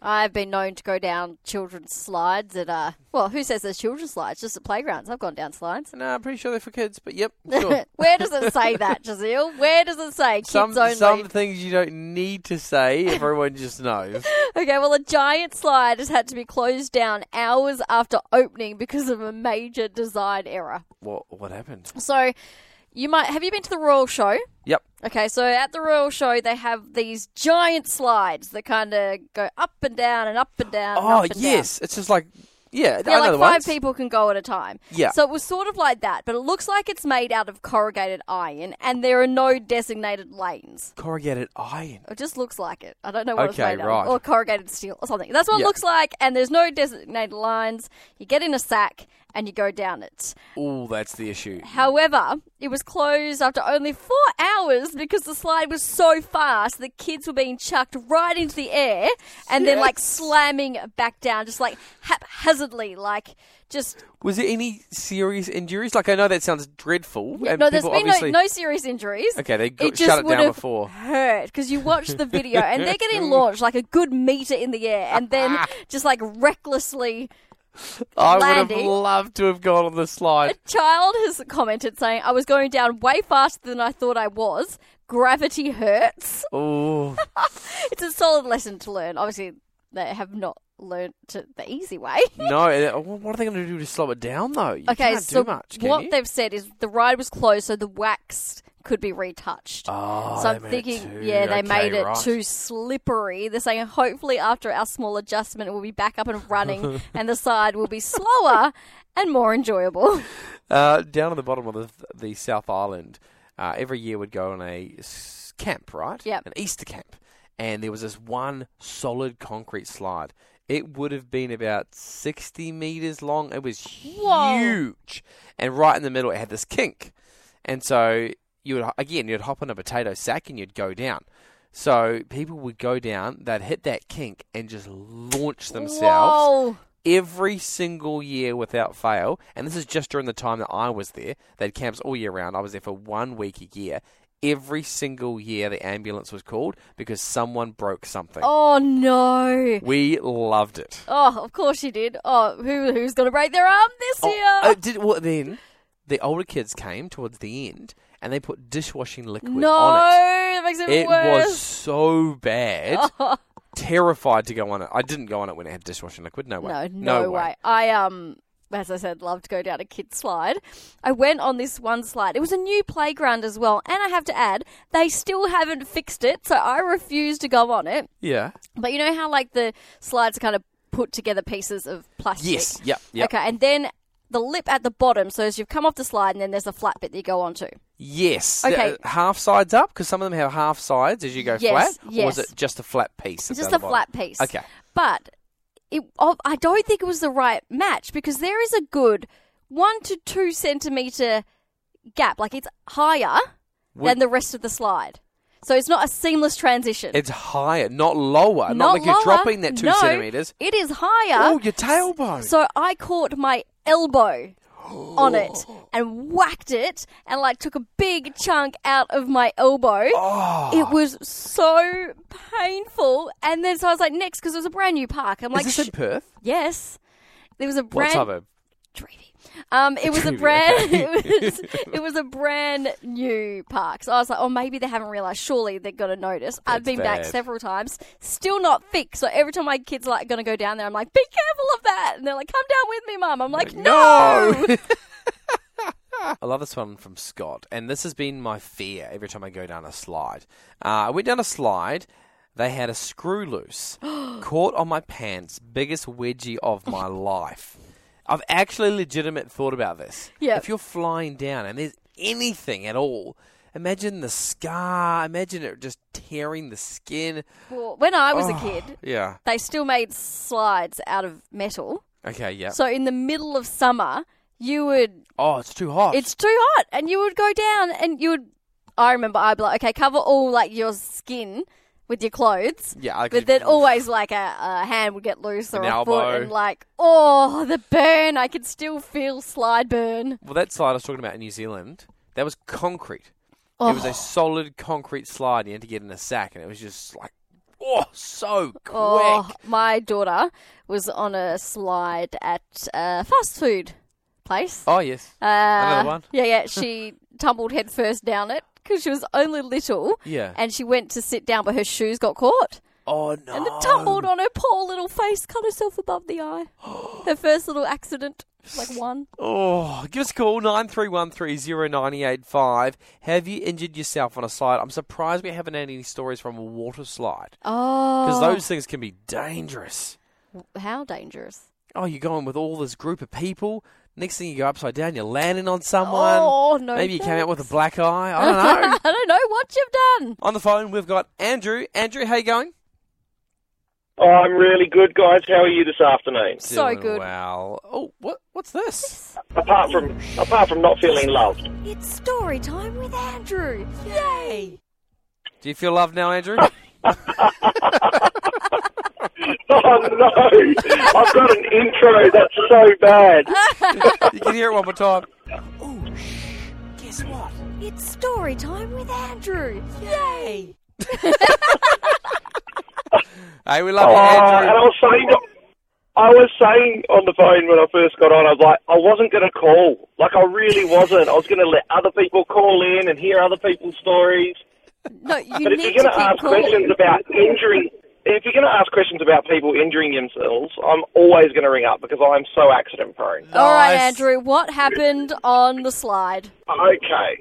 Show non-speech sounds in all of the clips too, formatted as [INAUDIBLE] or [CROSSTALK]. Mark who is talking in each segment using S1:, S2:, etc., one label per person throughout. S1: I've been known to go down children's slides at uh well, who says there's children's slides? Just at playgrounds. I've gone down slides.
S2: No, I'm pretty sure they're for kids, but
S1: [LAUGHS]
S2: yep, sure.
S1: Where does it
S2: [LAUGHS]
S1: say that, Giselle? Where does it say kids
S2: some,
S1: only?
S2: some things you don't need to
S1: [LAUGHS]
S2: say, everyone just knows.
S1: Okay, well, a giant slide has had to be closed down hours after opening because of a major design error.
S2: what, what happened?
S1: So, you might have you been to the Royal Show?
S2: Yep.
S1: Okay, so at the Royal Show they have these giant slides that kind of go up and down and up and down. and
S2: Oh,
S1: up and down.
S2: yes. It's just like, yeah, I
S1: Yeah,
S2: know
S1: like
S2: the
S1: five
S2: ones.
S1: people can go at a time.
S2: Yeah.
S1: So it was sort of like that, but it looks like it's made out of corrugated iron, and there are no designated lanes.
S2: Corrugated iron.
S1: It just looks like it. I don't know
S2: Okay,
S1: what it's made out
S2: right.
S1: of. Or corrugated steel or something. That's what
S2: Yeah.
S1: it looks like, and there's no designated lines. You get in a sack and you go down it.
S2: Oh, that's the issue.
S1: However, it was closed after only four hours because the slide was so fast the kids were being chucked right into the air and then like slamming back down, just like haphazardly, like just
S2: Was there any serious injuries? Like, I know that sounds dreadful. and
S1: no. There's
S2: Uh, people
S1: been
S2: obviously...
S1: no, no serious injuries.
S2: Okay, they go-
S1: it just
S2: shut it
S1: would
S2: down
S1: have
S2: before.
S1: Hurt because you watch the video and
S2: [LAUGHS]
S1: they're getting launched like a good meter in the air and then just like recklessly
S2: I would have
S1: landing.
S2: loved to have gone on the
S1: A
S2: slide. [LAUGHS]
S1: child has commented saying, I was going down way faster than I thought I was. Gravity hurts.
S2: Oh,
S1: It's a solid lesson to learn. Obviously, they have not learned it the easy way.
S2: no. eh, wh- What are they going to do to slow it down, though? You
S1: Okay,
S2: can't
S1: so
S2: do much, can
S1: what
S2: you?
S1: they've said is the ride was closed, so the wax could be retouched.
S2: Oh,
S1: so
S2: they
S1: I'm
S2: made it
S1: thinking,
S2: too-
S1: yeah, they
S2: okay,
S1: made it
S2: right.
S1: too slippery. They're saying hopefully after our small adjustment, we'll be back up and
S2: [LAUGHS]
S1: running, and the side will be slower and more enjoyable.
S2: Uh, down at the bottom of the, the South Island, uh, every year we'd go on a s- camp, right?
S1: Yep.
S2: An Easter camp. And there was this one solid concrete slide. It would have been about 60 metres long. It was
S1: Whoa.
S2: huge. And right in the middle, it had this kink. And so, you would again, you'd hop on a potato sack and you'd go down. So people would go down, they'd hit that kink and just launch [LAUGHS] themselves
S1: Whoa.
S2: every single year without fail, and this is just during the time that I was there. They had camps all year round. I was there for one week a year. Every single year, the ambulance was called because someone broke something.
S1: Oh no!
S2: We loved it.
S1: Oh, of course you did. Oh, who who's gonna break their arm this
S2: Oh,
S1: year?
S2: uh, did, well, then the older kids came towards the end, and they put dishwashing liquid
S1: no,
S2: on it.
S1: that makes it,
S2: It
S1: worse.
S2: was so bad.
S1: [LAUGHS]
S2: Terrified to go on it. I didn't go on it when it had dishwashing liquid. No way.
S1: No, no, way. I um as I said, love to go down a kid's slide. I went on this one slide. It was a new playground as well, and I have to add, they still haven't fixed it, so I refuse to go on it.
S2: Yeah.
S1: But you know how like the slides are kind of put together pieces of plastic.
S2: Yes. Yep. Yep.
S1: Okay, and then the lip at the bottom, so as you've come off the slide and then there's a flat bit that you go onto.
S2: Yes.
S1: Okay.
S2: Uh, Half sides up because some of them have half sides as you go
S1: Yes,
S2: flat, or was
S1: yes.
S2: it just a flat piece? at
S1: It's just
S2: the
S1: a
S2: bottom?
S1: flat piece.
S2: Okay.
S1: But it, oh, I don't think it was the right match because there is a good one to two centimeter gap. Like it's higher
S2: Would-
S1: than the rest of the slide. So it's not a seamless transition.
S2: It's higher, not lower. Not, like
S1: lower.
S2: you're dropping that two
S1: No,
S2: centimeters.
S1: It is higher.
S2: Oh, your tailbone.
S1: So I caught my elbow
S2: [GASPS]
S1: on it and whacked it and like took a big chunk out of my elbow.
S2: Ah.
S1: It was so painful. And then so I was like, next, because it was a brand new park. I'm
S2: Is
S1: like,
S2: this
S1: "Sh-
S2: in Perth?
S1: yes. There was a
S2: What
S1: brand
S2: suburb?
S1: Dreamy. Um, it was a
S2: Dreamy,
S1: brand.
S2: okay.
S1: It was [LAUGHS] it was a brand new park. So I was like, oh, maybe they haven't realised. Surely they're gonna notice.
S2: That's
S1: I've been back
S2: bad.
S1: several times, still not fixed. So every time my kids are, like gonna go down there, I'm like, be careful of that. And they're like, come down with me, mum. I'm like, no. [LAUGHS]
S2: I love this one from Scott, and this has been my fear every time I go down a slide. Uh, I went down a slide. They had a screw
S1: [GASPS]
S2: loose, caught on my pants, biggest wedgie of
S1: [LAUGHS]
S2: my life. I've actually legitimate thought about this.
S1: Yep.
S2: If you're flying down and there's anything at all, imagine the scar. Imagine it just tearing the skin.
S1: Well, when I was a kid,
S2: Yeah.
S1: they still made slides out of metal.
S2: Okay. Yeah.
S1: So in the middle of summer, you would
S2: oh, it's too hot.
S1: it's too hot, and you would go down, and you would. I remember I'd be like, okay, cover all like your skin with your clothes.
S2: Yeah, I
S1: But
S2: could- [LAUGHS]
S1: then always like a, a hand would get loose or
S2: An
S1: a
S2: elbow.
S1: foot and like, oh, the burn. I can still feel slide burn.
S2: Well, that slide I was talking about in New Zealand, that was concrete.
S1: Oh,
S2: It was a solid concrete slide you had to get in a sack, and it was just like, oh, so quick.
S1: oh, my daughter was on a slide at a fast food place.
S2: Oh, yes.
S1: Uh,
S2: Another one?
S1: Yeah, yeah. She [LAUGHS] tumbled headfirst down it because she was only little.
S2: Yeah.
S1: And she went to sit down, but her shoes got caught.
S2: oh, no.
S1: And it tumbled on her poor little face, cut herself above
S2: [GASPS]
S1: the eye. her first little accident, like one.
S2: Oh, give us a call, 93130985. Have you injured yourself on a slide? I'm surprised we haven't had any stories from a water slide.
S1: Oh.
S2: Because those things can be dangerous.
S1: How dangerous.
S2: Oh, you're going with all this group of people. Next thing you go upside down, you're landing on someone.
S1: oh, no.
S2: Maybe you came out with a
S1: thanks.
S2: black eye. I
S1: [LAUGHS]
S2: don't know.
S1: I don't know what you've done.
S2: On the phone, we've got Andrew. Andrew, how you going?
S3: Oh, I'm really good, guys. How are you this afternoon?
S1: So
S2: Doing
S1: good.
S2: Well, oh, what? What's this?
S3: Apart from apart from not feeling loved. [LAUGHS]
S1: It's story time with Andrew. Yay.
S2: Do you feel loved now, Andrew?
S1: [LAUGHS]
S3: Oh no, I've got an intro that's so
S1: [LAUGHS]
S3: bad.
S2: you can hear it one more time. Oh, shh. Guess what?
S1: It's story time with Andrew. Yay.
S2: Hey, we love
S3: Oh,
S2: you,
S3: and I
S2: Andrew.
S3: was saying, I was saying on the phone when I first got on, I was like, I wasn't going to call. Like I really wasn't. I was going to let other people call in and hear other people's stories.
S1: No, you
S3: But if
S1: need
S3: you're
S1: to
S3: going to
S1: keep
S3: ask
S1: calling.
S3: questions about injuring, if you're going to ask questions about people injuring themselves, I'm always going to ring up because I'm so accident prone.
S1: All right,
S2: Nice.
S1: Andrew, what happened on the slide?
S3: Okay.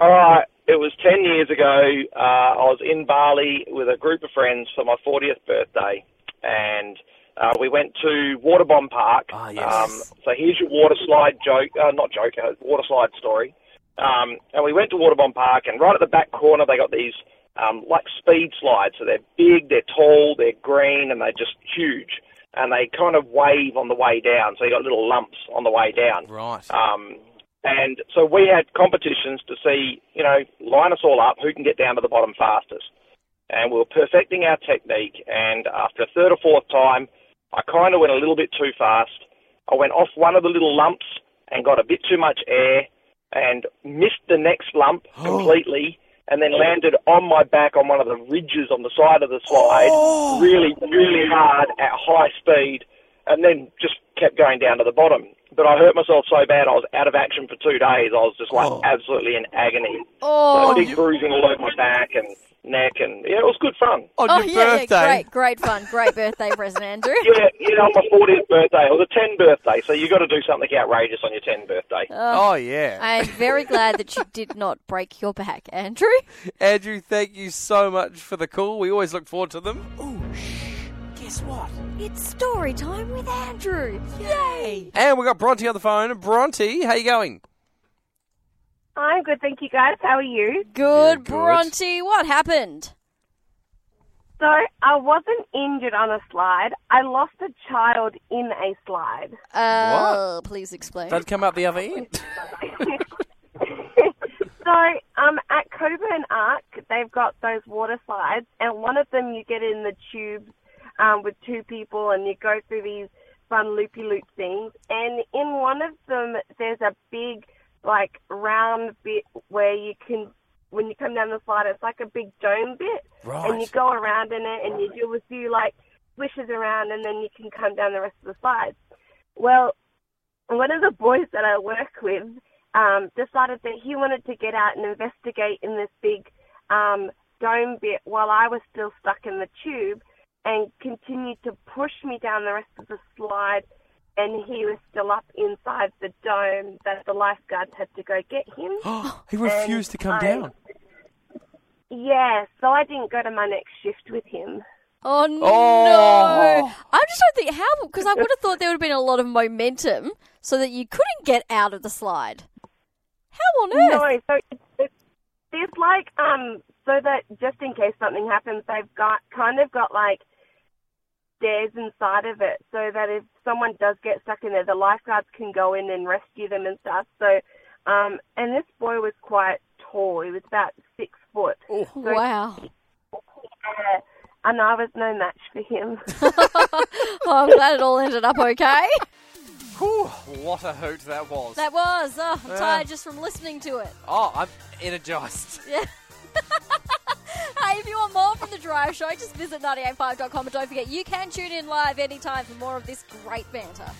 S3: All right. It was 10 years ago. Uh, I was in Bali with a group of friends for my 40th birthday, and uh, we went to Waterbomb Park. Um,
S2: Ah, yes.
S3: so here's your water slide joke, uh, not joke, uh, water slide story. Um, and we went to Waterbomb Park, and right at the back corner, they got these um, like speed slides. So they're big, they're tall, they're green, and they're just huge. And they kind of wave on the way down, so you got little lumps on the way down.
S2: Right.
S3: Um, and so we had competitions to see, you know, line us all up, who can get down to the bottom fastest. And we were perfecting our technique. And after a third or fourth time, I kind of went a little bit too fast. I went off one of the little lumps and got a bit too much air and missed the next lump completely and then landed on my back on one of the ridges on the side of the slide really, really hard at high speed and then just kept going down to the bottom. But I hurt myself so bad I was out of action for two days. I was just like absolutely in agony.
S1: Oh,
S3: So big bruising all over my back and neck and yeah, it was good fun.
S2: On
S1: oh
S2: your
S1: yeah,
S2: birthday.
S1: yeah, great, great fun. Great birthday present, Andrew.
S3: Yeah, you know, on my 40th birthday. It was a 10 birthday, so you got to do something outrageous on your 10 birthday.
S2: Oh, yeah.
S1: I'm very glad that you did not break your back, Andrew.
S2: Andrew, thank you so much for the call. We always look forward to them. Oh, shh. Guess what?
S1: It's story time with Andrew. Yay!
S2: And we got Bronte on the phone. Bronte, how you going?
S4: I'm good, thank you guys. How are you?
S2: good.
S1: Good, Bronte. What happened?
S4: So I wasn't injured on a slide. I lost a child in a slide.
S1: Uh, Please explain.
S2: They'd come out the other
S1: [LAUGHS]
S2: end. [GASPS]
S4: [LAUGHS] So um, at Coburn Arc, they've got those water slides, and one of them you get in the tubes um, with two people, and you go through these fun loopy-loop things. And in one of them, there's a big like round bit where you can. When you come down the slide, it's like a big dome bit, and you
S2: Right.
S4: go around in it and you do a few like swishes around and then you can come down the rest of the slides. Well, one of the boys that I work with um, decided that he wanted to get out and investigate in this big um, dome bit while I was still stuck in the tube and continued to push me down the rest of the slide and he was still up inside the dome that the lifeguards had to go get him.
S2: he refused to
S1: Um,
S2: come
S4: I-
S2: down.
S4: Yeah, so I didn't go to my next shift with him.
S1: Oh no!
S2: Oh.
S1: I just don't think how because I would have thought there would have been a lot of momentum so that you couldn't get out of the slide. How on earth?
S4: No, so it's, it's, there's like um, so that just in case something happens, they've got kind of got like stairs inside of it, so that if someone does get stuck in there, the lifeguards can go in and rescue them and stuff. So, um, and this boy was quite tall; he was about six foot.
S2: Oh.
S4: So,
S1: Wow.
S4: uh, and I was no match for him. [LAUGHS]
S1: Oh, I'm glad it all ended up okay. [LAUGHS]
S2: Whew, what a hoot that was.
S1: That was. Oh, I'm tired just from listening to it.
S2: oh, I'm energized.
S1: Yeah. hey, if you want more from The Drive Show, just visit 985.com and don't forget you can tune in live anytime for more of this great banter.